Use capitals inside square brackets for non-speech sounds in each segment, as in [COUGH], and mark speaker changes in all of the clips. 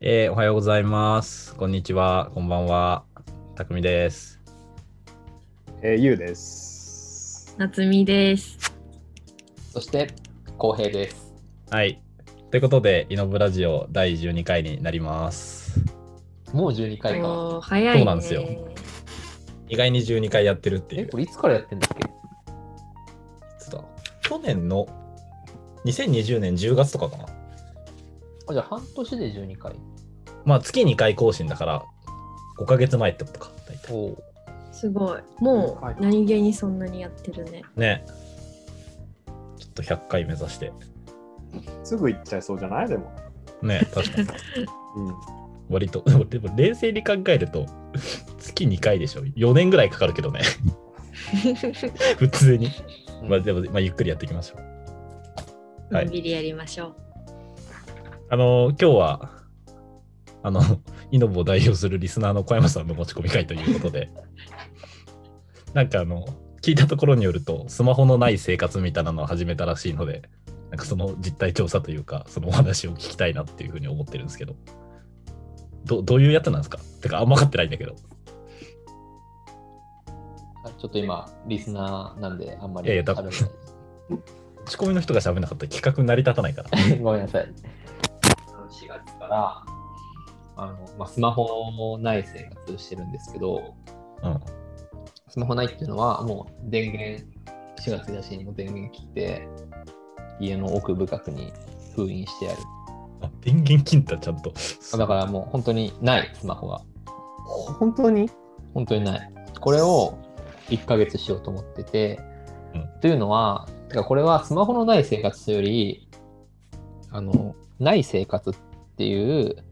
Speaker 1: えーおはようございます。こんにちは。こんばんは。たくみです。
Speaker 2: えー、ゆうです。
Speaker 3: 夏美です。
Speaker 4: そして、浩平です。
Speaker 1: はい。ということで、イノブラジオ第12回になります。
Speaker 4: もう12回か。
Speaker 3: おー早いね。
Speaker 1: そうなんですよ意外に12回やってるってい
Speaker 4: え、
Speaker 1: う。
Speaker 4: これいつからやってんだっけ
Speaker 1: いつだ去年の2020年10月とかかな。
Speaker 4: あじゃあ半年で12回。
Speaker 1: まあ、月2回更新だから、5ヶ月前ってことか。大体
Speaker 4: おー
Speaker 3: すごい。も
Speaker 2: はいう
Speaker 3: 何気にそんなにやってるね。
Speaker 1: ね。ちょっと100回目指して。
Speaker 2: すぐ行っちゃいそうじゃないでも。
Speaker 1: ね、確かに。
Speaker 2: うん。
Speaker 1: 割と、で [LAUGHS] もでも冷静に考えると、月2回でしょ。4年ぐらいかかるけどね。普通に。まあでも、まあ、ゆっくりやっていきましょう。は
Speaker 3: の
Speaker 1: い
Speaker 3: んびりやりましょう。
Speaker 1: あの今日は、あの、イノボを代表するリスナーの小山さんの持ち込み会ということで、なんかあの、聞いたところによると、スマホのない生活みたいなのを始めたらしいので、なんかその実態調査というか、そのお話を聞きたいなっていうふうに思ってるんですけど、どどういうやつなんですかてか、あんま分かってないんだけど。
Speaker 4: あちょっと今、リスナーなんで、あんま
Speaker 1: い
Speaker 4: り
Speaker 1: やいやだ
Speaker 4: あるんで
Speaker 1: 仕込みの人が喋んなかったら企画成り立たないから。
Speaker 4: [LAUGHS] ごめんなさい。あの4月から、あのまあ、スマホもない生活をしてるんですけど、
Speaker 1: うん。
Speaker 4: スマホないっていうのは、もう電源、4月1日にも電源切って、家の奥深くに封印してやる。
Speaker 1: あ、電源切った、ちゃんと。
Speaker 4: あだからもう本当にない、スマホが。
Speaker 2: 本当に
Speaker 4: 本当にない。これを1ヶ月しようと思ってて、
Speaker 1: うん
Speaker 4: というのは、てかこれはスマホのない生活というより、あの、ない生活っていう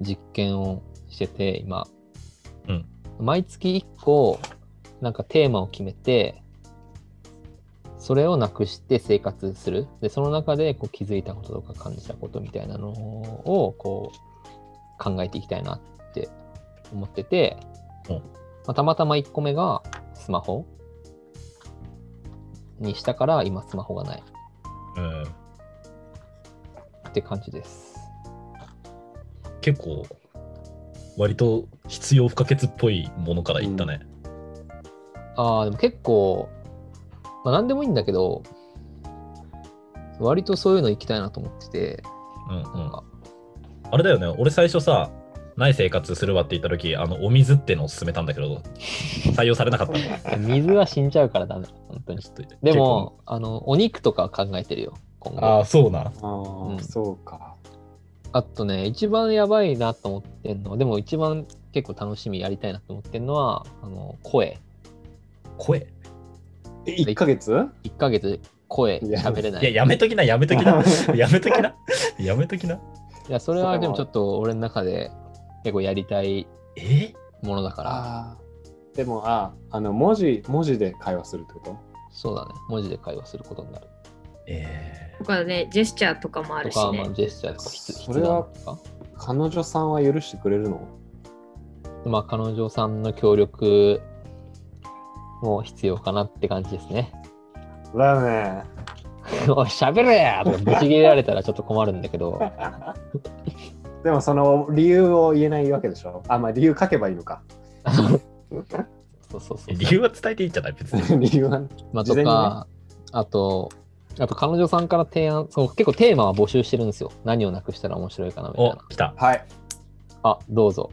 Speaker 4: 実験をしてて、今。
Speaker 1: うん
Speaker 4: 毎月1個、なんかテーマを決めて、それをなくして生活する。で、その中でこう気づいたこととか感じたことみたいなのを、こう、考えていきたいなって思ってて、
Speaker 1: うん
Speaker 4: まあ、たまたま1個目がスマホにしたから今スマホがない
Speaker 1: うん。
Speaker 4: って感じです。
Speaker 1: 結構割と必要不可欠っぽいものからいったね、
Speaker 4: ああ、でも結構、まあ、何でもいいんだけど、割とそういうの行きたいなと思ってて、
Speaker 1: うんうん
Speaker 4: なんか
Speaker 1: あれだよね俺最初さない生活するわって言った時あのお水ってのを勧めたんだけど採用されなかったのちょ
Speaker 4: 水は死んじゃうからダメ、本当に。
Speaker 1: っと
Speaker 4: でも、あの、お肉とか考えてるよ、今
Speaker 1: 結構あ
Speaker 4: 後。
Speaker 1: あそうな
Speaker 2: ああ、
Speaker 4: うん
Speaker 2: そうか。
Speaker 4: あとね、一番やばいなと思ってんの、でも一番結構楽しみやりたいなと思ってんのは、あの、声。
Speaker 1: 声
Speaker 2: え、1ヶ月
Speaker 4: 1ヶ月声喋れない
Speaker 1: いややめときなやめとき [LAUGHS] なやめときなやめときない
Speaker 4: や、それはでもちょっと俺の中で結構やりたい
Speaker 1: え
Speaker 4: ものだから、
Speaker 2: ああ。でも、ああ、あの、文字、文字で会話するってこと
Speaker 4: そうだね。文字で会話することになる。
Speaker 1: え
Speaker 3: とかね、ジェスチャーとかもあ
Speaker 4: と
Speaker 3: るし
Speaker 4: か、ま
Speaker 3: ね
Speaker 4: あ、。ジェスチャーとか必
Speaker 2: そ
Speaker 4: 必
Speaker 2: れは
Speaker 4: 談とか。
Speaker 2: 彼女さんは許してくれるの
Speaker 4: まあ、彼女さんの協力も必要かなって感じですね。
Speaker 2: だね。
Speaker 4: おい、喋れや [LAUGHS] とかぶち切れられたらちょっと困るんだけど、
Speaker 2: でも、その理由を言えないわけでしょあ、まあ、理由書けばいいのか。 [LAUGHS]
Speaker 4: そうそうそう。
Speaker 1: 理由は伝えていいんじゃない別に
Speaker 2: 理由は、
Speaker 4: まあ、
Speaker 2: 事
Speaker 4: と
Speaker 2: 前にね
Speaker 4: か、あと、あと彼女さんから提案、そう結構テーマは募集してるんですよ。何をなくしたら面白いかなみたい
Speaker 1: お
Speaker 4: な。
Speaker 1: 来た
Speaker 2: はい。
Speaker 4: あ、どうぞ。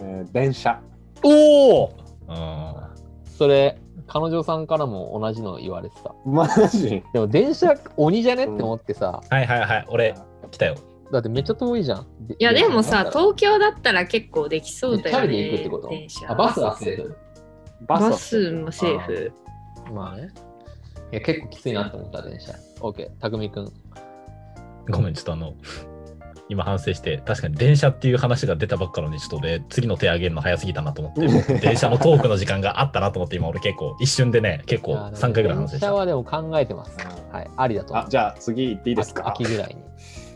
Speaker 2: えー電車。
Speaker 1: おおあ
Speaker 4: それ、彼女さんからも同じの言われてた。
Speaker 2: マジ
Speaker 4: でも電車鬼じゃねって
Speaker 2: うん
Speaker 4: 思ってさ、
Speaker 1: ーはいはいはい俺来たよ
Speaker 4: だってめっちゃ遠いじゃん。い
Speaker 3: いやでもさ、
Speaker 4: 遠
Speaker 3: 東京だったら結構できそうだよね。
Speaker 4: チャリで行くってこと
Speaker 3: 電車
Speaker 4: あバスはセーフ。
Speaker 2: バス
Speaker 3: バスもセーフ。
Speaker 4: まあね。いや、結構きついなって思った、電車。OK、たくみくん。
Speaker 1: ごめん、ちょっとあの、今反省して、確かに電車っていう話が出たばっかのに、ちょっと俺、次の手上げるの早すぎたなと思って、もう電車のトークの時間があったなと思って、今俺結構、一瞬でね、結構
Speaker 4: あの
Speaker 1: 3回ぐらい反省
Speaker 4: 電
Speaker 1: した
Speaker 4: 車。はでも考えてます。
Speaker 2: あ
Speaker 4: はい、ありだと思う
Speaker 2: あ、じゃあ次行ってい [LAUGHS] いですか
Speaker 4: 秋秋ぐらいに。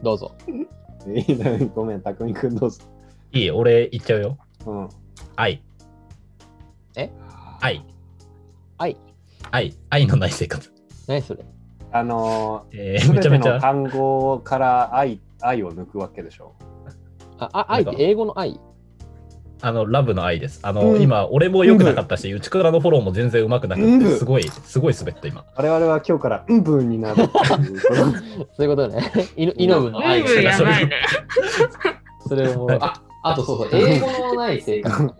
Speaker 4: どうぞ。
Speaker 2: いいねごめん、たくみくんどうぞ。
Speaker 1: いい俺言っちゃうよ。
Speaker 2: うん。
Speaker 1: 愛、愛、
Speaker 4: 愛、
Speaker 1: 愛、愛のない生活。
Speaker 4: 何それ
Speaker 2: あの
Speaker 1: えー、
Speaker 2: ー、す
Speaker 1: め
Speaker 2: べ
Speaker 1: ちゃ
Speaker 2: て
Speaker 1: めち
Speaker 2: の
Speaker 1: ゃ、
Speaker 2: 単語から愛愛を抜くわけでしょ。
Speaker 4: あ、あ愛って英語の愛 [LAUGHS]
Speaker 1: あの、ラブの愛です。あの、
Speaker 2: うん
Speaker 1: 今、俺も良くなかったし、内倉のフォローも全然うまくなく
Speaker 2: う
Speaker 1: て、
Speaker 2: ん
Speaker 1: すごい、すごい滑った、今。
Speaker 2: 我々は今日からうんぶんにな
Speaker 1: [LAUGHS]
Speaker 2: るっていうことで
Speaker 4: そういうことね。 [LAUGHS] イノイノブの愛
Speaker 3: イブやばいね。
Speaker 4: それも、あ、あとそうそう、英語のない生活、ね。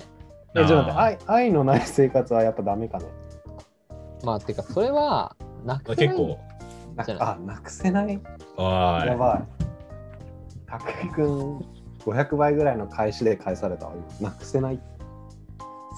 Speaker 2: えちょっと待って愛愛のない生活はやっぱダメかね
Speaker 4: [LAUGHS] まあ、てか、それは、な
Speaker 1: あー
Speaker 4: く
Speaker 1: 結構、
Speaker 2: な
Speaker 4: じゃ
Speaker 2: あなくせないや
Speaker 1: は
Speaker 2: ばい。たくくん500倍ぐらいの返しで返されたわ。今なくせない。
Speaker 1: い。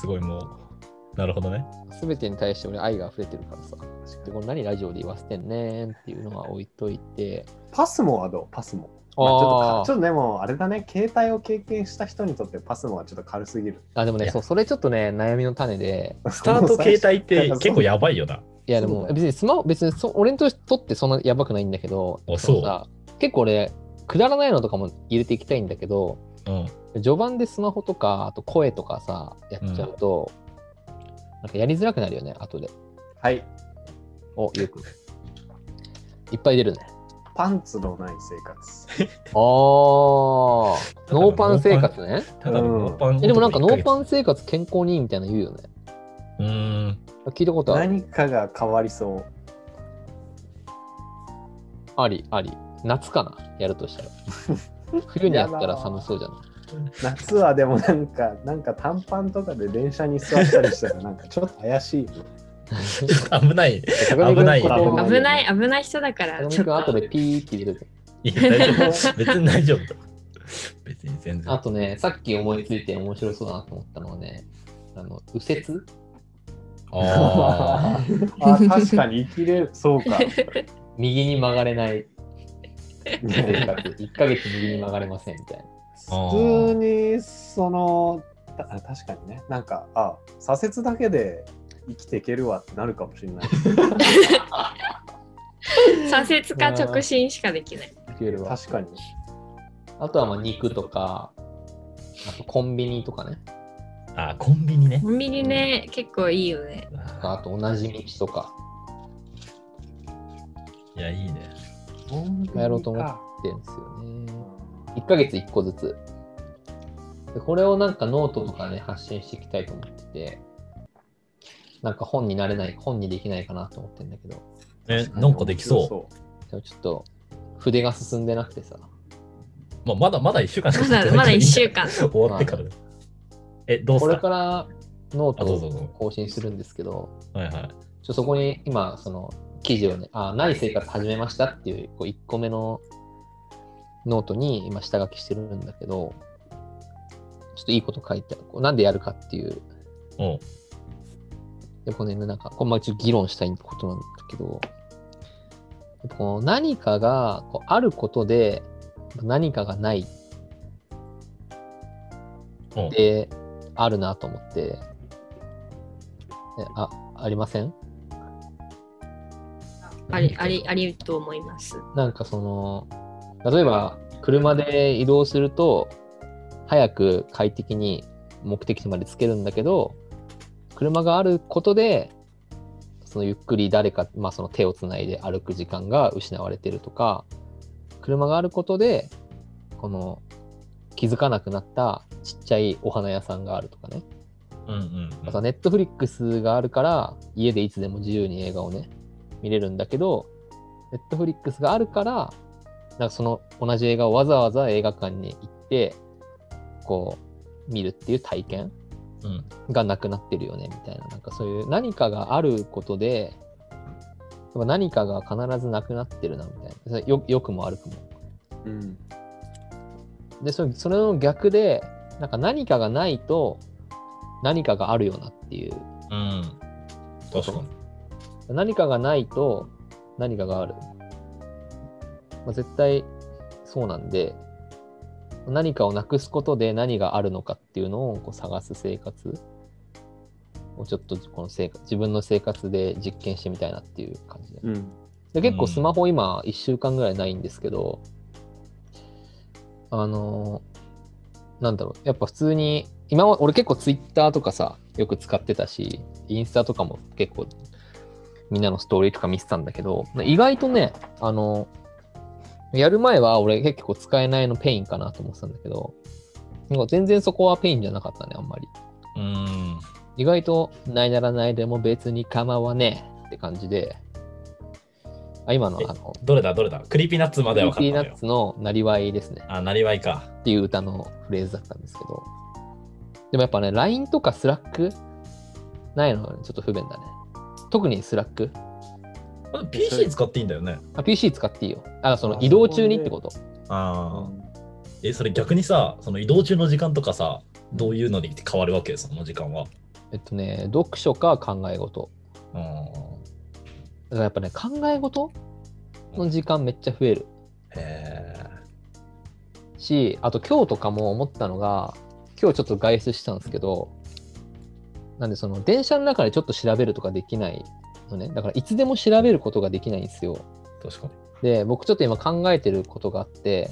Speaker 1: すごい、もう、なるほどね。
Speaker 4: すべてに対して俺愛が溢れてるからさ。で、これ何ラジオで言わせてんねんっていうのは置いといて。
Speaker 2: パスモはどうパスモ。まあちょっとか
Speaker 4: あ
Speaker 2: ちょっとでもあれだね、携帯を経験した人にとってパスモはちょっと軽すぎる。
Speaker 4: あ、でも
Speaker 1: い
Speaker 4: ね、
Speaker 1: や
Speaker 4: そう、それちょっとね、悩みの種で。
Speaker 1: スタート携帯って結構やばいよな。
Speaker 4: いや、で
Speaker 2: そう
Speaker 4: も
Speaker 2: だ、よ
Speaker 4: 別にスマホ、別にそ俺にとってそんなやばくないんだけど、
Speaker 1: あそう
Speaker 4: のさ結構俺、くだらないのとかも入れていきたいんだけど、
Speaker 1: うん。
Speaker 4: 序盤でスマホとか、あと声とかさ、やっちゃうと、なんかやりづらくなるよね、後で。
Speaker 2: はい。
Speaker 4: お、よく。いっぱい出るね。
Speaker 2: パンツのない生活。
Speaker 4: あー、ノーパン生活ね。
Speaker 1: ただのノーパン、
Speaker 4: えでもなんかノーパ
Speaker 1: ン。
Speaker 4: ン生活健康にいいみたいなの言うよね。
Speaker 1: うーん。
Speaker 4: 聞いたことある
Speaker 2: 何かが変わりそう。
Speaker 4: あり、あり。夏かなやるとした [LAUGHS] ら。冬にやったら寒そうじゃない
Speaker 2: 夏はでもなんか、なんか短パンとかで電車に座ったりしたらなんかちょっと怪しい。
Speaker 1: [LAUGHS] 危ない。危
Speaker 4: 危
Speaker 1: ない
Speaker 3: 危ない、危ない人だから、
Speaker 4: 高
Speaker 3: ちょ
Speaker 4: 木
Speaker 3: っ
Speaker 4: 君後
Speaker 3: と。
Speaker 4: でピーって入れる。
Speaker 1: いや大丈 [LAUGHS] 夫。別に大丈夫。別に全然。
Speaker 4: あとね、さっき思いついて面白そうだなと思ったのはね、あの右折
Speaker 1: あ
Speaker 2: [LAUGHS] あ確かに生きれる。そう
Speaker 1: [LAUGHS]
Speaker 2: か。
Speaker 4: 右に曲がれない生
Speaker 2: ね
Speaker 4: 活。1ヶ月右に曲がれませんみたいな。
Speaker 2: 普通にそのた確かにねなんかあ左折だけで生きていけるわってなるかもしれ
Speaker 1: [LAUGHS]
Speaker 2: ない
Speaker 3: 左折か直進しかできない。
Speaker 2: 確かに
Speaker 4: あとはまあ肉とか、あとコンビニとかね。 [LAUGHS]
Speaker 1: あ。あ、コンビニね。
Speaker 3: コンビニね、結構いいよね。
Speaker 4: あと同じ道とか
Speaker 1: いや、いいね。
Speaker 4: やろうと思ってるんですよね。1ヶ月1個ずつ。でこれをなんかノートとかね、発信していきたいと思ってて、なんか本になれない、本にできないかなと思ってるんだけど、
Speaker 1: え、なんかできそう
Speaker 4: でもちょっと筆が進んでなくてさ。
Speaker 1: う。まあ、まだまだ1週間しか
Speaker 4: [LAUGHS]
Speaker 3: ま
Speaker 1: 経ってない
Speaker 3: だまだ1週間。
Speaker 1: [LAUGHS] 終わってからね。え、どうす
Speaker 4: これ
Speaker 1: か
Speaker 4: からノー
Speaker 1: あ、
Speaker 4: ト
Speaker 1: どうぞ
Speaker 4: を
Speaker 1: どうぞ。
Speaker 4: 更新するんですけど、
Speaker 1: はいはい。
Speaker 4: ちょそこに今、その記事をね、あない生活始めましたっていうこう1個目のノートに今、下書きしてるんだけど、ちょっといいこと書いてある。こうなんでやるかっていう。
Speaker 1: おう
Speaker 4: で、これね、なんか、これまあちょっと議論したいことなんだけど、やっぱこう何かがこうあることで、何かがない
Speaker 1: おう
Speaker 4: であるなと思って、えあ、ありません
Speaker 3: あり、あり、ありと思います。
Speaker 4: なんかその、例えば、車で移動すると、早く快適に目的地までつけるんだけど、車があることで、そのゆっくり誰か、まあ、その手をつないで歩く時間が失われてるとか、車があることで、この気づかなくなったちっちゃいお花屋さんがあるとかね。
Speaker 1: うんうんうん。
Speaker 4: ネットフリックスがあるから、家でいつでも自由に映画をね、見れるんだけど、ネットフリックスがあるから、なんかその同じ映画をわざわざ映画館に行って、こう、見るっていう体験
Speaker 1: うん
Speaker 4: がなくなってるよね、みたいな。なんかそういう何かがあることで、やっぱ何かが必ずなくなってるな、みたいなそれ。よ良くも悪くも。
Speaker 2: うん
Speaker 4: でそれそれの逆で、なんか何かがないと、何かがあるよなっていう
Speaker 1: うん。確かに。
Speaker 4: 何かがないと何かがある。まあ、絶対そうなんで、何かをなくすことで何があるのかっていうのをこう探す生活をちょっとこの生活自分の生活で実験してみたいなっていう感じで。
Speaker 2: うん
Speaker 4: で結構スマホ今1週間ぐらいないんですけど、あのーなんだろうやっぱ普通に今は俺結構ツイッターとかさよく使ってたしインスタとかも結構みんなのストーリーとか見てたんだけど意外とねあのやる前は俺結構使えないのペインかなと思ってたんだけど、なんか全然そこはペインじゃなかったね、あんまり。
Speaker 1: うん。
Speaker 4: 意外とないならないでも別に構わねえって感じで、あ今の
Speaker 1: え
Speaker 4: あの、
Speaker 1: どれだどれだクリーピーナッツまでは分か
Speaker 4: ピ
Speaker 1: っ
Speaker 4: ー
Speaker 1: た
Speaker 4: ナ
Speaker 1: の
Speaker 4: ッ
Speaker 1: よ。
Speaker 4: ツのなりわいですね
Speaker 1: あ、なりわいか。
Speaker 4: っていう歌のフレーズだったんですけど、でもやっぱね、LINE とかスラックないのはちょっと不便だね。特にスラック。
Speaker 1: これ PC 使っていいんだよね。
Speaker 4: あ PC 使っていいよ。あ、その
Speaker 2: あ
Speaker 4: 移動中にってこと。
Speaker 1: ああ。え、それ逆にさ、その移動中の時間とかさ、どういうのに変わるわけその時間は。
Speaker 4: えっとね、読書か考え事。
Speaker 1: うん。
Speaker 4: だからやっぱね、考え事の時間めっちゃ増える
Speaker 1: へえ。
Speaker 4: し、あと今日とかも思ったのが、今日ちょっと外出したんですけど、なんでその電車の中でちょっと調べるとかできないのね。だからいつでも調べることができないんですよ。
Speaker 1: 確かに。
Speaker 4: で、僕ちょっと今考えてることがあって、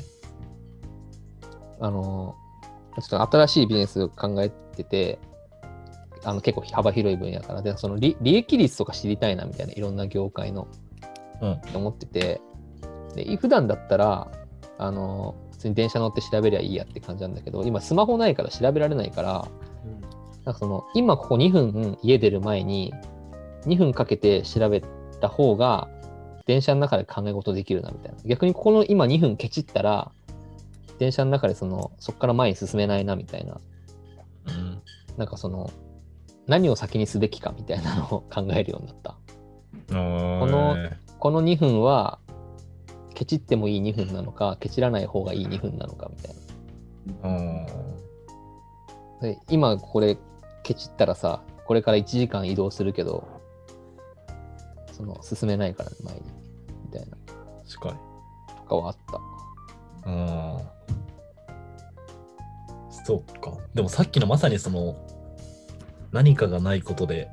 Speaker 4: あの、ちょっと新しいビジネスを考えてて、あの結構幅広い分野から、で、その利利益率とか知りたいなみたいな、いろんな業界の、
Speaker 1: うん
Speaker 4: って思ってて、で、普段だったら、あの、普通に電車乗って調べりゃいいやって感じなんだけど、今スマホないから調べられないから、なんかその今ここ2分家出る前に2分かけて調べた方が電車の中で考え事できるなみたいな逆にここの今2分ケチったら電車の中でそのそこから前に進めないなみたいな
Speaker 1: うん。
Speaker 4: なんかその何を先にすべきかみたいなのを考えるようになった
Speaker 1: こ
Speaker 4: のこの2分はケチってもいい2分なのかケチらない方がいい2分なのかみたいな
Speaker 1: うん。
Speaker 4: で今ここでケチったらさこれから1時間移動するけどその進めないから前にみたいな
Speaker 1: 確かに。
Speaker 4: とかはあった
Speaker 1: うん。そうか。でもさっきのまさにその、何かがないことで、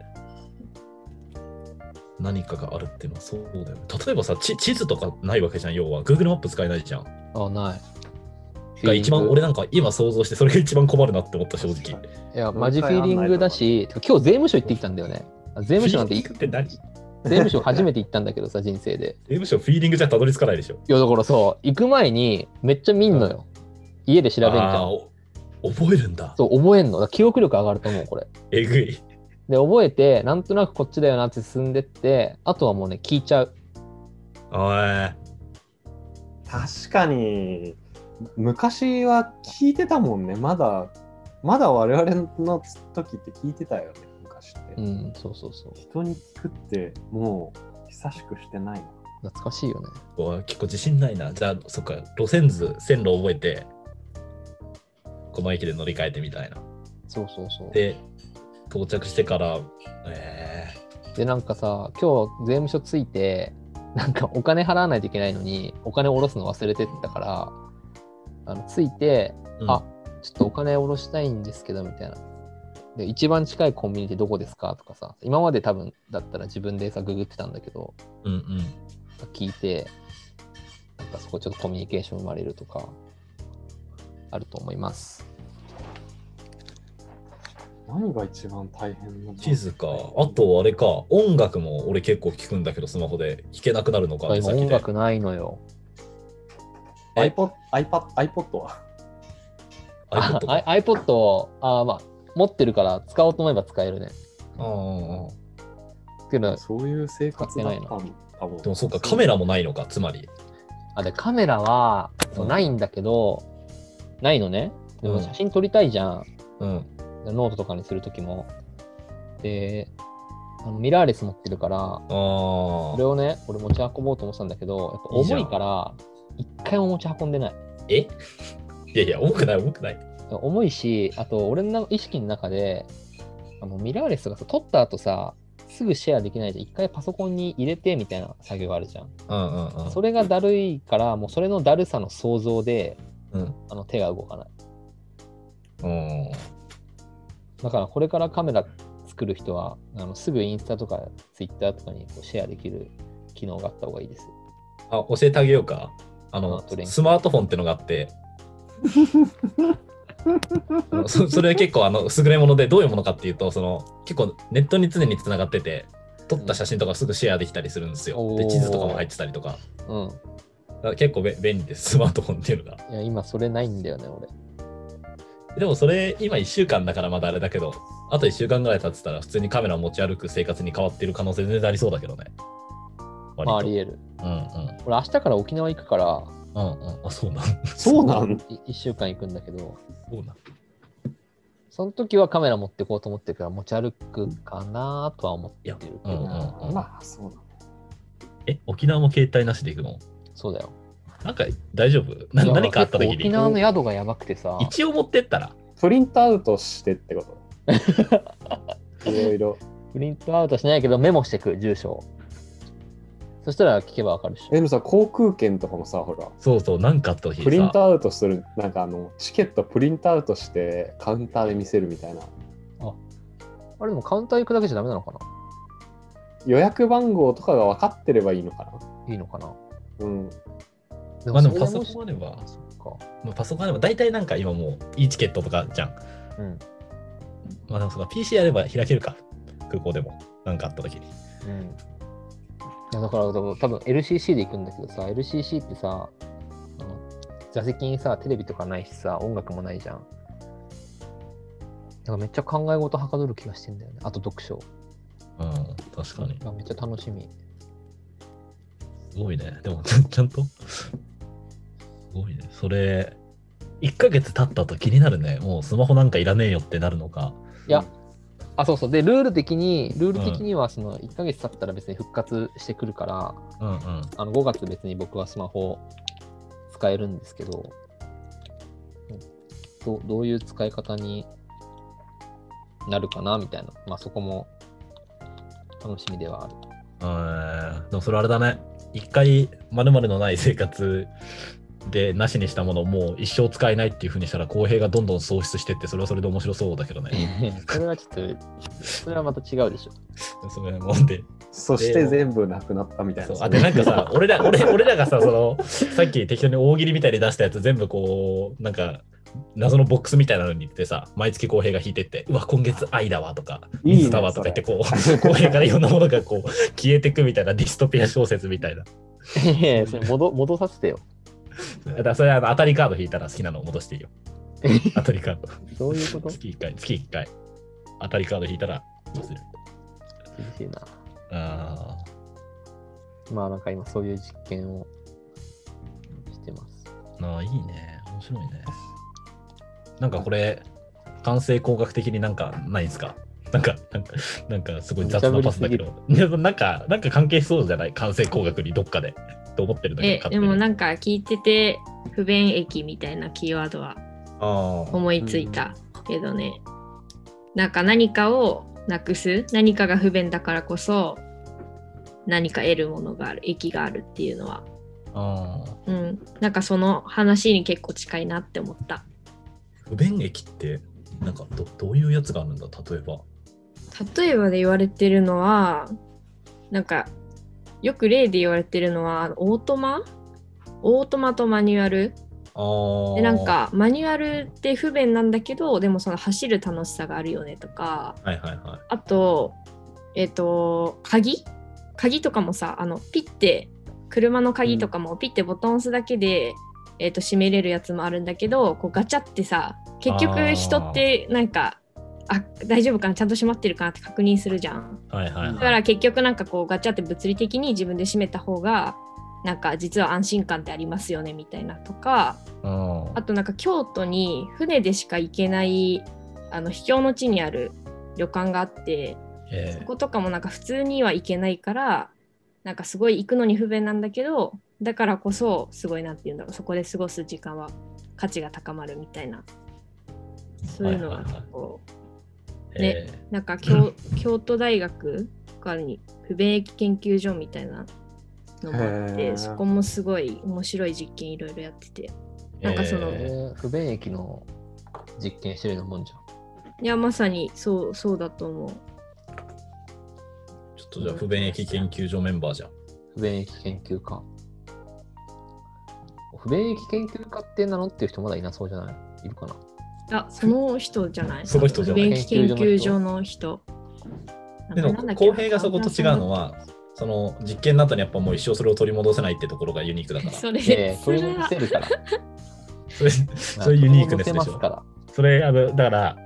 Speaker 1: 何かがあるっていうのはそうだよね。例えばさ、ち地図とかないわけじゃん、要は。Google マップ使えないじゃん。
Speaker 4: あない
Speaker 1: が一番、俺
Speaker 4: い
Speaker 1: なんか今想像して、それが一番困るなって思った、正
Speaker 2: 確
Speaker 1: 直
Speaker 2: か。に
Speaker 4: やマジフィーリングだしてか今日税務署行ってきたんだよねあ税務
Speaker 1: [LAUGHS]
Speaker 4: 署なんてい税
Speaker 1: って何税
Speaker 4: 務署初めて行ったんだけどさ人生で
Speaker 1: 務署フィーリングじゃたどり着かないでしょ。
Speaker 4: いやだからそう行く前にめっちゃ見んのよ家で調べんじ
Speaker 1: あ
Speaker 4: ゃ
Speaker 1: ー
Speaker 4: ん
Speaker 1: お覚えるんだ。
Speaker 4: そう覚えんのだから記憶力上がると思うこれ
Speaker 1: えぐい。
Speaker 4: で覚えてなんとなくこっちだよなって進んでってあとはもうね聞いちゃう
Speaker 1: おい。
Speaker 2: 確かに昔は聞いてたもんねまだまだ我々の時って聞いてたよね昔って、
Speaker 4: うんそうそうそう
Speaker 2: 人に聞くってもう久しくしてないな
Speaker 4: 懐かしいよね
Speaker 1: うわ結構自信ないな。じゃあ、そっか、路線図、線路覚えて、この駅で乗り換えてみたいな。
Speaker 4: そうそうそう。で、
Speaker 1: で、到着してから、え
Speaker 4: なんかさ、今日税務署着いて、なんかお金払わないといけないのに、お金下ろすの忘れてったから、あの着いて、
Speaker 1: ーうん
Speaker 4: あちょっとお金下ろしたいんですけど、みたいな。で、一番近いコンビニってどこですかとかさ、今まで多分だったら自分でさ、ググってたんだけど、
Speaker 1: うんうん。
Speaker 4: 聞いて、なんかそこちょっとコミュニケーション生まれるとか、あると思います。
Speaker 2: 何が一番大変なの
Speaker 1: 地図か。あと、あれか、音楽も俺結構聞くんだけど、スマホで聴けなくなるのか、
Speaker 4: 今
Speaker 1: 手先
Speaker 4: 音
Speaker 1: で
Speaker 4: 楽ないのよ。
Speaker 1: え
Speaker 2: iPod, iPad iPod は
Speaker 1: iPod とか。
Speaker 4: [LAUGHS] あ iPod をあー、まあ、持ってるから使おうと思えば使えるね。
Speaker 1: うんうんうん
Speaker 4: けど、
Speaker 2: そういう生活だったの多分
Speaker 1: でもそうか、カメラもないのか、つまり。
Speaker 4: あでカメラはそううんないんだけど、ないのね。で
Speaker 1: う
Speaker 4: も
Speaker 1: ん
Speaker 4: 写真撮りたいじゃん。
Speaker 1: うん。
Speaker 4: ノートとかにするときも。で、あのミラーレス持ってるから、
Speaker 1: あ
Speaker 4: これ
Speaker 1: ー
Speaker 4: をね、俺持ち運ぼうと思ってたんだけど、やっぱ
Speaker 1: いいじゃ
Speaker 4: 重
Speaker 1: ん
Speaker 4: いから、一回も持ち運んでない。
Speaker 1: えいやいや、重くない、重くない。
Speaker 4: 重いし、あと俺の意識の中で、あのミラーレスがさ、撮った後さ、すぐシェアできないじゃん。一回パソコンに入れてみたいな作業があるじゃん。
Speaker 1: うんうんうん。
Speaker 4: それがだるいから、もうそれのだるさの想像で、
Speaker 1: うん
Speaker 4: あの手が動かない。
Speaker 1: うん。
Speaker 4: だからこれからカメラ作る人は、あのすぐインスタとかツイッターとかにこうシェアできる機能があった方がいいです。
Speaker 1: あ、教えてあげようか。あ
Speaker 4: あ
Speaker 1: の
Speaker 4: と、連携
Speaker 1: スマートフォンってのがあって、 [LAUGHS] あのそそれは結構あの優れもので、どういうものかっていうと、その結構ネットに常につながってて、撮った写真とかすぐシェアできたりするんですよ。
Speaker 4: うん
Speaker 1: で、地図とかも入ってたりとか。
Speaker 4: うん。
Speaker 1: ら結構べ便利です、スマートフォンっていうのが。
Speaker 4: いや、今それないんだよね、俺。
Speaker 1: でもそれ、今1週間だからまだあれだけど、あと1週間ぐらい経ってたら、普通にカメラ持ち歩く生活に変わってる可能性全然ありそうだけどね。割と
Speaker 4: まあ、あり得る。
Speaker 1: うん
Speaker 4: 俺、明日から沖縄行くから、
Speaker 1: うん。うんうん。あ、そうなん。
Speaker 2: そうなん
Speaker 4: 1週間行くんだけど、
Speaker 1: そうなん。
Speaker 4: その時はカメラ持ってこうと思ってるから、持ち歩くかなとは思ってるけど、
Speaker 1: いやうんうんうん
Speaker 2: まあ、そうだね。
Speaker 1: え、沖縄も携帯なしで行くの
Speaker 4: そうだよ。
Speaker 1: なんか大丈夫な何かあった時
Speaker 4: 結構沖
Speaker 1: に。
Speaker 4: 縄の宿がやばくてさ、
Speaker 1: 一応持ってったら。
Speaker 2: プリントアウトしてっ
Speaker 1: [LAUGHS]
Speaker 2: てこといろいろ。
Speaker 4: プリントアウトしないけど、メモしてく、住所をそしたら聞けばわかるっしょ。
Speaker 2: え、でもさ、航空券とかもさ、ほら、
Speaker 1: そうそう、何かあった時にさ。
Speaker 2: プリントアウトする、なんかあの、チケットプリントアウトして、カウンターで見せるみたいな。
Speaker 4: あれでもカウンター行くだけじゃダメなのかな
Speaker 2: 予約番号とかが分かってればいいのか
Speaker 4: いいのかな
Speaker 2: なうん。
Speaker 1: まあでもパソ
Speaker 4: それ
Speaker 1: コンあれば
Speaker 4: あ、そっか。
Speaker 1: まあパソコンあれば大体なんか今もういいチケットとかじゃん。
Speaker 4: うん。
Speaker 1: まあでもそうか PC やれば開けるか。空港でも。何かあった時に。
Speaker 4: うん。いやだから、でも多分 LCC で行くんだけどさ、LCC ってさ、あの座席にさ、テレビとかないしさ、音楽もないじゃん。だからめっちゃ考え事はかどる気がしてんだよね。あと読書。
Speaker 1: うん、確かに。
Speaker 4: めっちゃ楽しみ。
Speaker 1: すごいね。でも、ちゃんちゃんと。すごいね。それ、1ヶ月経ったと気になるね。もうスマホなんかいらねえよってなるのか。
Speaker 4: いや、あ、そうそう。で、ルール的に、ルール的には、その、1ヶ月経ったら別に復活してくるから、
Speaker 1: うんうん。
Speaker 4: あの5月別に僕はスマホ使えるんですけど、どどういう使い方になるかなみたいな、まあ、そこも楽しみではある。
Speaker 1: うんでもそれあれだね。一回、まるのない生活でなしにしたものをもう一生使えないっていうふうにしたら、公平がどんどん喪失してって、それはそれで面白そうだけどね。
Speaker 4: [LAUGHS] それはちょっと、それはまた違う [LAUGHS] でしょ。
Speaker 1: それもんで。
Speaker 2: そして全部なくなったみたい
Speaker 1: そう
Speaker 2: な。
Speaker 1: あでなんか
Speaker 2: [LAUGHS]
Speaker 1: さ、俺ら俺俺らがさ、そのさっき適当に大喜利みたいに出したやつ、全部こう、なんか、謎のボックスみたいなのに行ってさ、毎月公平が引いてって、うわ、今月愛だわとか、
Speaker 2: いいね
Speaker 1: 水だわとか言って、こう、公平からいろんなものがこう消えてくみたいなディストピア小説みたいな。
Speaker 4: それ戻戻させてよ。
Speaker 1: だからそれあの当たりカード引いたら好きなの戻していいよ。当たりカード。
Speaker 4: どういうこと
Speaker 1: 月1回、月1回。当たりカード引いたら忘れる。
Speaker 4: 厳しいな。
Speaker 1: あ
Speaker 4: まあなんか今そういう実験をしてます。
Speaker 1: ーあー、いいね。面白いね。なんかこれ、完成工学的になんかないんすかなんか、なんか、なんかすごい雑なパスだけど。いやなんか、なんか関係しそうじゃない完成工学にどっかで。と思ってるんだけど、
Speaker 3: え
Speaker 1: 勝手
Speaker 3: で
Speaker 1: に
Speaker 3: もなんか聞いてて不便駅みたいなキーワードは
Speaker 1: あー
Speaker 3: 思いついたけどね、なんか何かをなくす何かが不便だからこそ何か得るものがある駅があるっていうのは、
Speaker 1: あー。
Speaker 3: うん、なんかその話に結構近いなって思った
Speaker 1: 不便益って、なんかどどういうやつがあるんだ例えば。
Speaker 3: 例えばで言われてるのはなんかよく例で言われてるのはオートマオートマとマニュアル
Speaker 1: ああ。
Speaker 3: でなん。かマニュアルって不便なんだけどでもその走る楽しさがあるよねとか
Speaker 1: はいはいはい。
Speaker 3: あとえっ、と鍵鍵とかもさあのピッて車の鍵とかもピッてボタン押すだけで、えっと閉めれるやつもあるんだけどこうガチャってさ結
Speaker 1: あ
Speaker 3: 局
Speaker 1: ー
Speaker 3: 人ってなんかあ大丈夫かなちゃんと閉まってるかなって確認するじゃん。
Speaker 1: はいはい、はい。
Speaker 3: だから結局なんかこうガチャって物理的に自分で閉めた方がなんか実は安心感ってありますよねみたいなとか
Speaker 1: うん
Speaker 3: あとなんか京都に船でしか行けないあの秘境の地にある旅館があって
Speaker 1: え
Speaker 3: そ
Speaker 1: え
Speaker 3: ことかもなんか普通には行けないからなんかすごい行くのに不便なんだけどだからこそすごいなんて言うんだろうそこで過ごす時間は価値が高まるみたいなそういうのが
Speaker 1: はいはいはい
Speaker 3: 結構
Speaker 1: え
Speaker 3: なん
Speaker 1: [LAUGHS]
Speaker 3: か京京都大学とかに不便益研究所みたいなのもあっ
Speaker 2: へ
Speaker 3: て
Speaker 2: ー
Speaker 3: そこもすごい面白い実験いろいろやってて
Speaker 1: え
Speaker 3: なんかその
Speaker 1: え
Speaker 4: えー不便駅の実験してるようなもんじゃん。
Speaker 3: いやまさにそうそうだと思う
Speaker 1: ちょっとじゃあ不便益研究所メンバーじゃん。
Speaker 4: 不便益研究家。不便益研究家って名乗ってる人まだいなそうじゃないいるか
Speaker 1: [LAUGHS]
Speaker 4: な
Speaker 3: あその人じゃない
Speaker 1: その人じゃない
Speaker 3: 不便益研究所の人
Speaker 1: でも
Speaker 3: なんだっけ
Speaker 1: 公平がそこと違うのは、その実験の後にやっぱもう一生それを取り戻せないってところがユニークだから。
Speaker 3: [LAUGHS] それ、
Speaker 4: ええ
Speaker 3: そ
Speaker 4: 取
Speaker 3: れ
Speaker 4: り戻
Speaker 3: は
Speaker 4: せるから。
Speaker 1: それ [LAUGHS] それユニークネスでし
Speaker 4: 取り戻せます
Speaker 1: ょ
Speaker 4: か。ら。
Speaker 1: それあのだから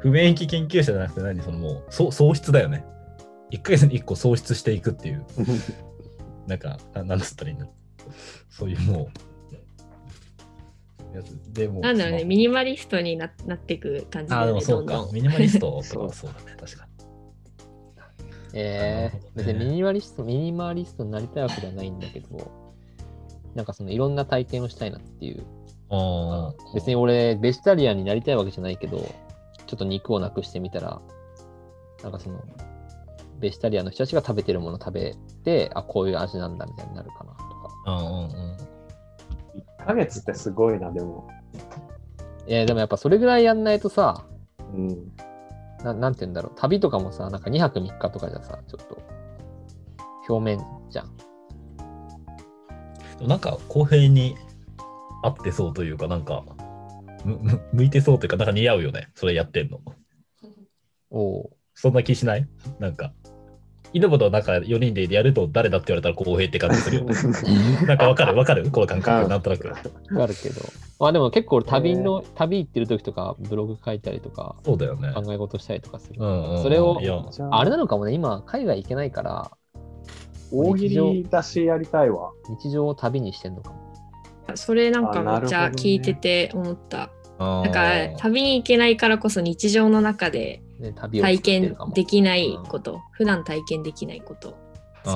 Speaker 1: 不免疫研究者じゃなくて何そのもうそう喪失だよね。1ヶ月に1個喪失していくっていうなんかななんだったらいいんだそういうもうやつでも
Speaker 3: なんだろうね、
Speaker 1: その
Speaker 3: ミニマリストにななっていく感じだ
Speaker 1: あ
Speaker 3: よ
Speaker 1: で
Speaker 3: ね
Speaker 1: もそう
Speaker 3: ど
Speaker 1: か
Speaker 3: んどん
Speaker 1: ミニマリストとかはそうだね確かに。なる [LAUGHS]
Speaker 4: ええ
Speaker 1: ほど
Speaker 4: 別
Speaker 1: ね
Speaker 4: にミニマリスト、ミニマリストになりたいわけではないんだけど、なんかそのいろんな体験をしたいなっていう。
Speaker 1: あー
Speaker 4: 別に俺、ベジタリアンになりたいわけじゃないけど、ちょっと肉をなくしてみたら、なんかその、ベジタリアンの人たちが食べてるもの食べて、あ、こういう味なんだみたいになるかなとか。
Speaker 1: うんうんうん
Speaker 2: 1ヶ月ってすごいな、でも。
Speaker 4: えーでもやっぱそれぐらいやんないとさ、
Speaker 2: うん。
Speaker 1: [LAUGHS]
Speaker 4: ななんて言うんだろう、旅とかもさ、なんか2泊3日とかじゃさ、ちょっと、表面じゃん。
Speaker 1: でもなんか公平に合ってそうというか、なんか、むむ向いてそうというか、なんか似合うよね、それやってんの。
Speaker 4: おお
Speaker 1: そんな気しないなんか、稲葉となんか4人でやると誰だって言われたら公平って感じするよね。なんかわかるわかるこの感
Speaker 2: う
Speaker 1: 覚、
Speaker 2: ん
Speaker 1: なんとなく。
Speaker 4: ー。あるけど。まあでも結構俺旅の、旅行ってる時とか、ブログ書いたりとか、
Speaker 1: そうだよね。
Speaker 4: 考え事したりとかする。
Speaker 1: うんうん、
Speaker 4: それを
Speaker 1: いや
Speaker 2: じゃあ
Speaker 4: あれなのかもね、今、海外行けないから、
Speaker 2: 大喜利出しやりたいわ。
Speaker 4: 日常を旅にしてんのかも。
Speaker 3: それなんか
Speaker 2: あ
Speaker 3: めっちゃ
Speaker 2: なるほどね
Speaker 3: 聞いてて思った。
Speaker 1: あ
Speaker 3: なん
Speaker 1: ー
Speaker 3: か旅に行けないからこそ日常の中で
Speaker 4: ね、旅を作
Speaker 3: 体
Speaker 4: ってる
Speaker 3: 験
Speaker 4: かも
Speaker 3: できないこと、普段体験できないことするみたい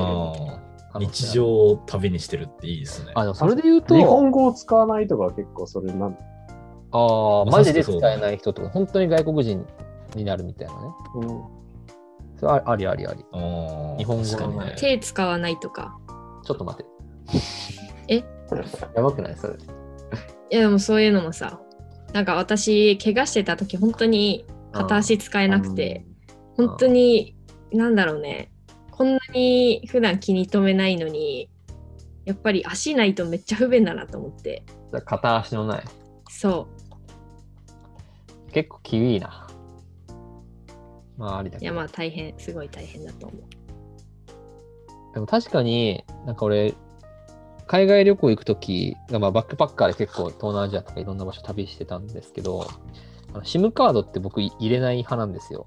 Speaker 3: な。
Speaker 1: あー日。常を旅にしてるっていいですね。
Speaker 4: あ、でもそれで言う
Speaker 2: 日
Speaker 4: と、
Speaker 2: 本語を使わないとか結構それなん
Speaker 4: ああ、マジで使
Speaker 1: まさし
Speaker 4: え
Speaker 1: く
Speaker 4: ない人とか、本当に外国人になるみたいなね。
Speaker 2: うん
Speaker 4: それあありありあり。
Speaker 1: あー
Speaker 4: 日本語
Speaker 1: 確かにね
Speaker 3: 手使わないとか。
Speaker 4: ちょっと待って。
Speaker 3: え
Speaker 4: やばくないそれ。
Speaker 3: いやでもそういうのもさ、なんか私、怪我してた時本当に片足使えなくて、
Speaker 4: うん
Speaker 3: 本当に、なんだろうね、こんなに普段気に留めないのに、やっぱり足ないとめっちゃ不便だなと思って、
Speaker 4: じゃあ片足のない。
Speaker 3: そ
Speaker 4: 結構キウイな。まあありだ
Speaker 3: う、い
Speaker 4: け
Speaker 3: や
Speaker 4: ど。
Speaker 3: まあ大変、すごい大変だと思う。
Speaker 4: でも確かになんか俺、海外旅行行くとき、まあ、バックパッカーで結構東南アジアとかいろんな場所旅してたんですけど、あの SIM カードって僕い入れない派なんですよ。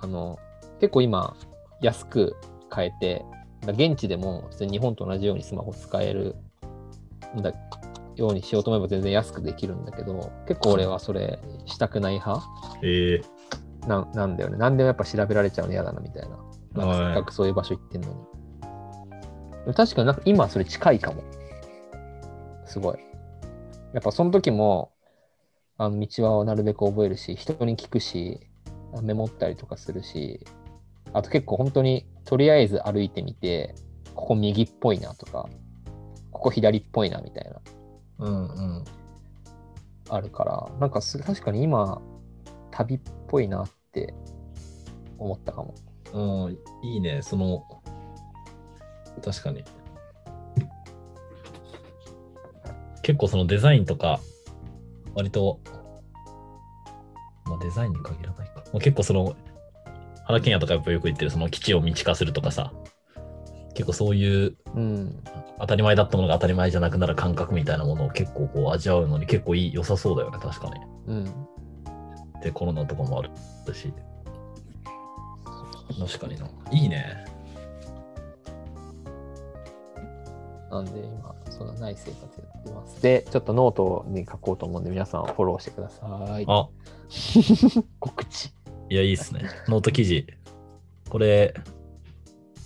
Speaker 4: あの、結構今安く買えて、だから現地でも普通に日本と同じようにスマホ使えるんだようにしようと思えば全然安くできるんだけど、結構俺はそれしたくない派
Speaker 1: えー
Speaker 4: ななんだよね。何でもやっぱ調べられちゃうの嫌だなみたいな。なんか
Speaker 1: はい
Speaker 4: せっかくそういう場所行ってんのに。でも確かになんか今それ近いかも。すごい。やっぱその時も、あの道はなるべく覚えるし、人に聞くし、メモったりとかするし、あと結構本当にとりあえず歩いてみて、ここ右っぽいなとか、ここ左っぽいなみたいな。
Speaker 1: うんうん。
Speaker 4: あるから、なんかす確かに今、旅っぽいなって思ったかも。
Speaker 1: うん、いいね、その、確かに。結構そのデザインとか、割と、まあ、デザインに限らないか。まあ、結構その、原研也とかやっぱよく言ってる、その基地を民地化するとかさ、結構そういう
Speaker 4: うん。
Speaker 1: 当たり前だったものが当たり前じゃなくなる感覚みたいなものを結構こう味わうのに結構いい、良さそうだよね、確かに。
Speaker 4: うん。
Speaker 1: で、コロナとかもあるし。確かにな。いいね。
Speaker 4: なんで今、そんなない生活やってます。で、ちょっとノートに書こうと思うんで、皆さんフォローしてください。
Speaker 1: あ、
Speaker 4: 告知。
Speaker 1: いや、いいっすね。ノート記事。これ、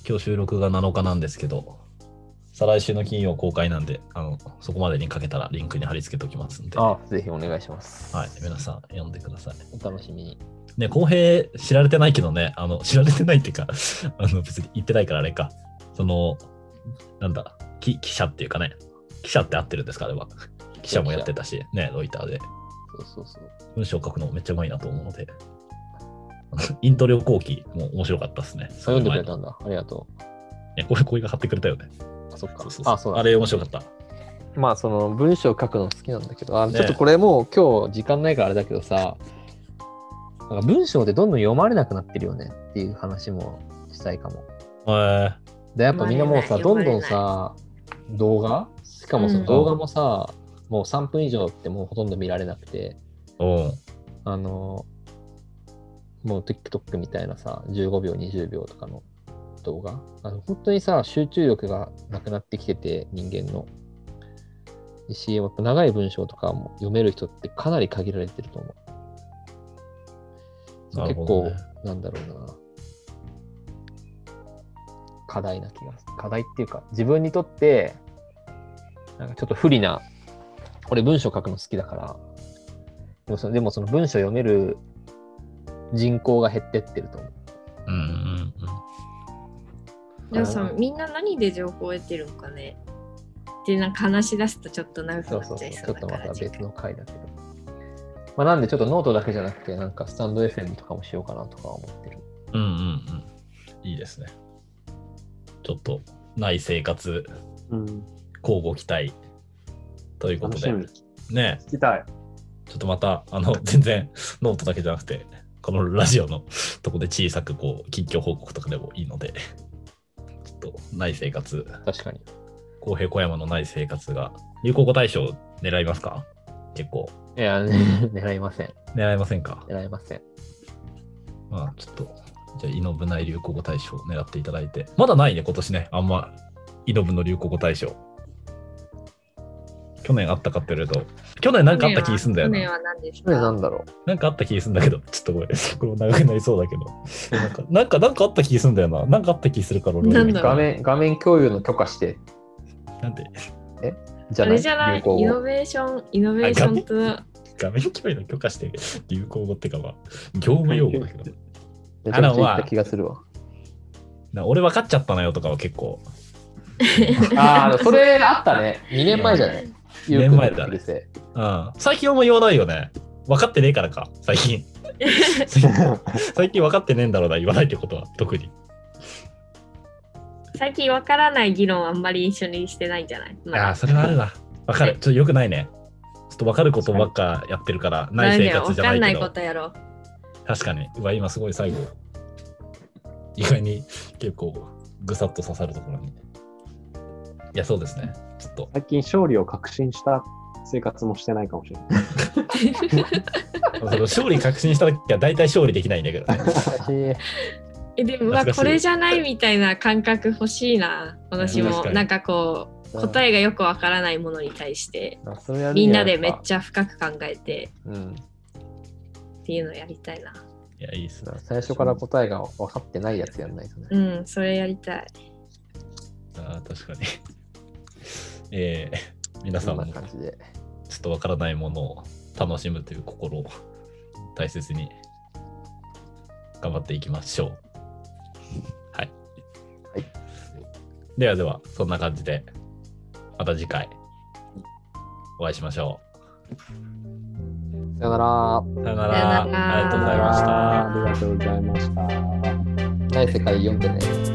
Speaker 1: 今日収録が7日なんですけど、再来週の金曜公開なんで、あのそこまでにかけたらリンクに貼り付けておきますんで、は
Speaker 4: あ、ぜひお願いします。
Speaker 1: い、皆さん読んでください。
Speaker 4: お楽しみに。
Speaker 1: ね、公平知られてないけどね、あの、知られてないっていうか、あの、別に言ってないからあれか、その、なんだ、き記者っていうかね、記者って合ってるんですか、あれは。記者もやってたし、ね、ロイターで。
Speaker 4: そうそうそう。
Speaker 1: 文章書くのめっちゃうまいなと思うので、イント旅行記も面白かったですね。
Speaker 4: あ読んでくれたんだ。ありがと
Speaker 1: いや、これ、これが貼ってくれたよね。
Speaker 4: う。あ、そっか。
Speaker 1: そうそうそう
Speaker 4: あ、そうだ。
Speaker 1: あれ面白かった。
Speaker 4: まあその文章書くの好きなんだけど、あ
Speaker 1: ね
Speaker 4: ちょっとこれもう今日時間ないからあれだけどさ、なんか文章でどんどん読まれなくなってるよねっていう話もしたいかも。
Speaker 1: え
Speaker 4: でやっぱみんなもうさ、
Speaker 3: 読
Speaker 4: ど
Speaker 3: まれ
Speaker 4: ん
Speaker 3: ない
Speaker 4: どんさ、動画しかもその
Speaker 3: うん
Speaker 4: 動画もさ、もう3分以上ってもうほとんど見られなくて、
Speaker 1: おう
Speaker 4: あの、もう TikTok みたいなさ、15秒、20秒とかの動画。あの本当にさ、集中力がなくなってきてて、人間の。し、やっぱ長い文章とかも読める人ってかなり限られてると思う。そう
Speaker 1: なる
Speaker 4: 結
Speaker 1: ほ
Speaker 4: 構、
Speaker 1: どね
Speaker 4: なんだろうな。課題な気がする。課題っていうか、自分にとって、なんかちょっと不利な、俺文章書くの好きだから、でもそのでもその文章読める人口が減ってってると思う。
Speaker 1: うんうんうん。
Speaker 3: でもさ、みんな何で情報を得てるんかねってなんか話し出すとちょっと長く
Speaker 4: そう
Speaker 3: な
Speaker 4: そ
Speaker 3: っ
Speaker 4: う
Speaker 3: ち
Speaker 4: そ
Speaker 3: ゃ
Speaker 4: う。
Speaker 3: い
Speaker 4: ち
Speaker 3: そ
Speaker 4: ょ
Speaker 3: うだ
Speaker 4: っと
Speaker 3: か
Speaker 4: ま
Speaker 3: ら
Speaker 4: た
Speaker 3: 時間
Speaker 4: 別の回だけど。まあ、なんでちょっとノートだけじゃなくて、なんかスタンド FM とかもしようかなとか思ってる。
Speaker 1: うんうんうん。いいですね。ちょっと、ない生活、
Speaker 2: うん、
Speaker 1: 交互期待。というこ
Speaker 2: 楽
Speaker 1: と
Speaker 2: し
Speaker 1: で、
Speaker 2: み。
Speaker 1: ね、
Speaker 2: 聞きたい。
Speaker 1: ちょっとまた、あの、 [LAUGHS] 全然、ノートだけじゃなくて、このラジオのとこで小さく、こう、近況報告とかでもいいので、ちょっと、ない生活、
Speaker 4: 確かに。
Speaker 1: 公平小山のない生活が、流行語大賞狙いますか結構、
Speaker 4: いや、 [LAUGHS] ね狙いません。
Speaker 1: 狙いませんか
Speaker 4: 狙いません。
Speaker 1: まあ、ちょっと、じゃあ、イノブない流行語大賞を狙っていただいて、まだないね、今年ね、あんま、イノブの流行語大賞。去年あったかって言われると、去年なんかあった気すんだよ
Speaker 3: 去
Speaker 1: な
Speaker 3: 年。は何です
Speaker 4: これな
Speaker 3: か
Speaker 4: んだろ
Speaker 1: なんかあった気すんだけど、ちょっとごめん、これも長くなりそうだけど、なんか、なんか、なんかあった気すんだよな。なんかあった気するから、俺は
Speaker 3: なん
Speaker 4: う。
Speaker 3: だ
Speaker 4: 画面、画面共有の許可して、
Speaker 1: なんで、
Speaker 4: じ
Speaker 3: あ
Speaker 4: ゃない
Speaker 3: れじゃない
Speaker 4: 流行
Speaker 3: イ
Speaker 4: 語
Speaker 3: ノベーション、イノベーションと
Speaker 1: 画面共有の許可して、流行語ってか、まあ、業務用語だけど。
Speaker 4: めちゃめちゃ言った気がするわ。
Speaker 1: な俺分かっちゃったのよとかは結構、
Speaker 4: ああ、それあったね。2年前じゃない
Speaker 1: 二年前だね
Speaker 4: ゆうくんの癖
Speaker 1: うん。最近あんま言わないよね。分かってねえからか、最近。最近分かってねえんだろうな、言わないってことは、特に。
Speaker 3: 最近わからない議論あんまり一緒にしてないんじゃない、ま
Speaker 1: ああ、それはあるな。わかる。ちょっとよくないね。ちょっとわかることばっかやってるから、ない生活じゃないけ
Speaker 3: わかんないこ
Speaker 1: ど。
Speaker 3: とやろう。
Speaker 1: 確かに。うわ、今すごい最後。意外に結構ぐさっと刺さるところに。いや、そうですね。ちょっと。
Speaker 2: 最近勝利を確信した生活もしてないかもしれない。
Speaker 1: その勝利確信した時は大体勝利できないんだけど
Speaker 4: [LAUGHS]
Speaker 1: ね。
Speaker 3: えでもうわ
Speaker 1: 懐かしい
Speaker 3: これじゃないみたいな感覚欲しいな私
Speaker 1: 確
Speaker 3: も
Speaker 1: かに
Speaker 3: なんかこう答えがよくわからないものに対して
Speaker 4: あそれやる
Speaker 3: み
Speaker 4: に
Speaker 3: ん
Speaker 4: は
Speaker 3: なでめっちゃ深く考えて
Speaker 4: うん、
Speaker 3: っていうのやりたいない
Speaker 1: や、いいっすね。
Speaker 4: 最初から答えが分かってないやつやんないとね。
Speaker 3: うんそれやりたい
Speaker 1: あー確かに。えー、皆さ
Speaker 4: そ
Speaker 1: ん
Speaker 4: ん
Speaker 1: も
Speaker 4: な
Speaker 1: ちょ
Speaker 4: 感じで。
Speaker 1: っとわからないものを楽しむという心を [LAUGHS] 大切に頑張っていきましょう。はい。
Speaker 4: はい
Speaker 1: ではでは、そんな感じで、また次回お会いしましょ
Speaker 4: さよなら。
Speaker 1: う。さよな
Speaker 3: さ
Speaker 1: ら。
Speaker 3: よなら
Speaker 1: ありがとうございました。
Speaker 2: ありがとうございました。
Speaker 4: ない世界読んでね。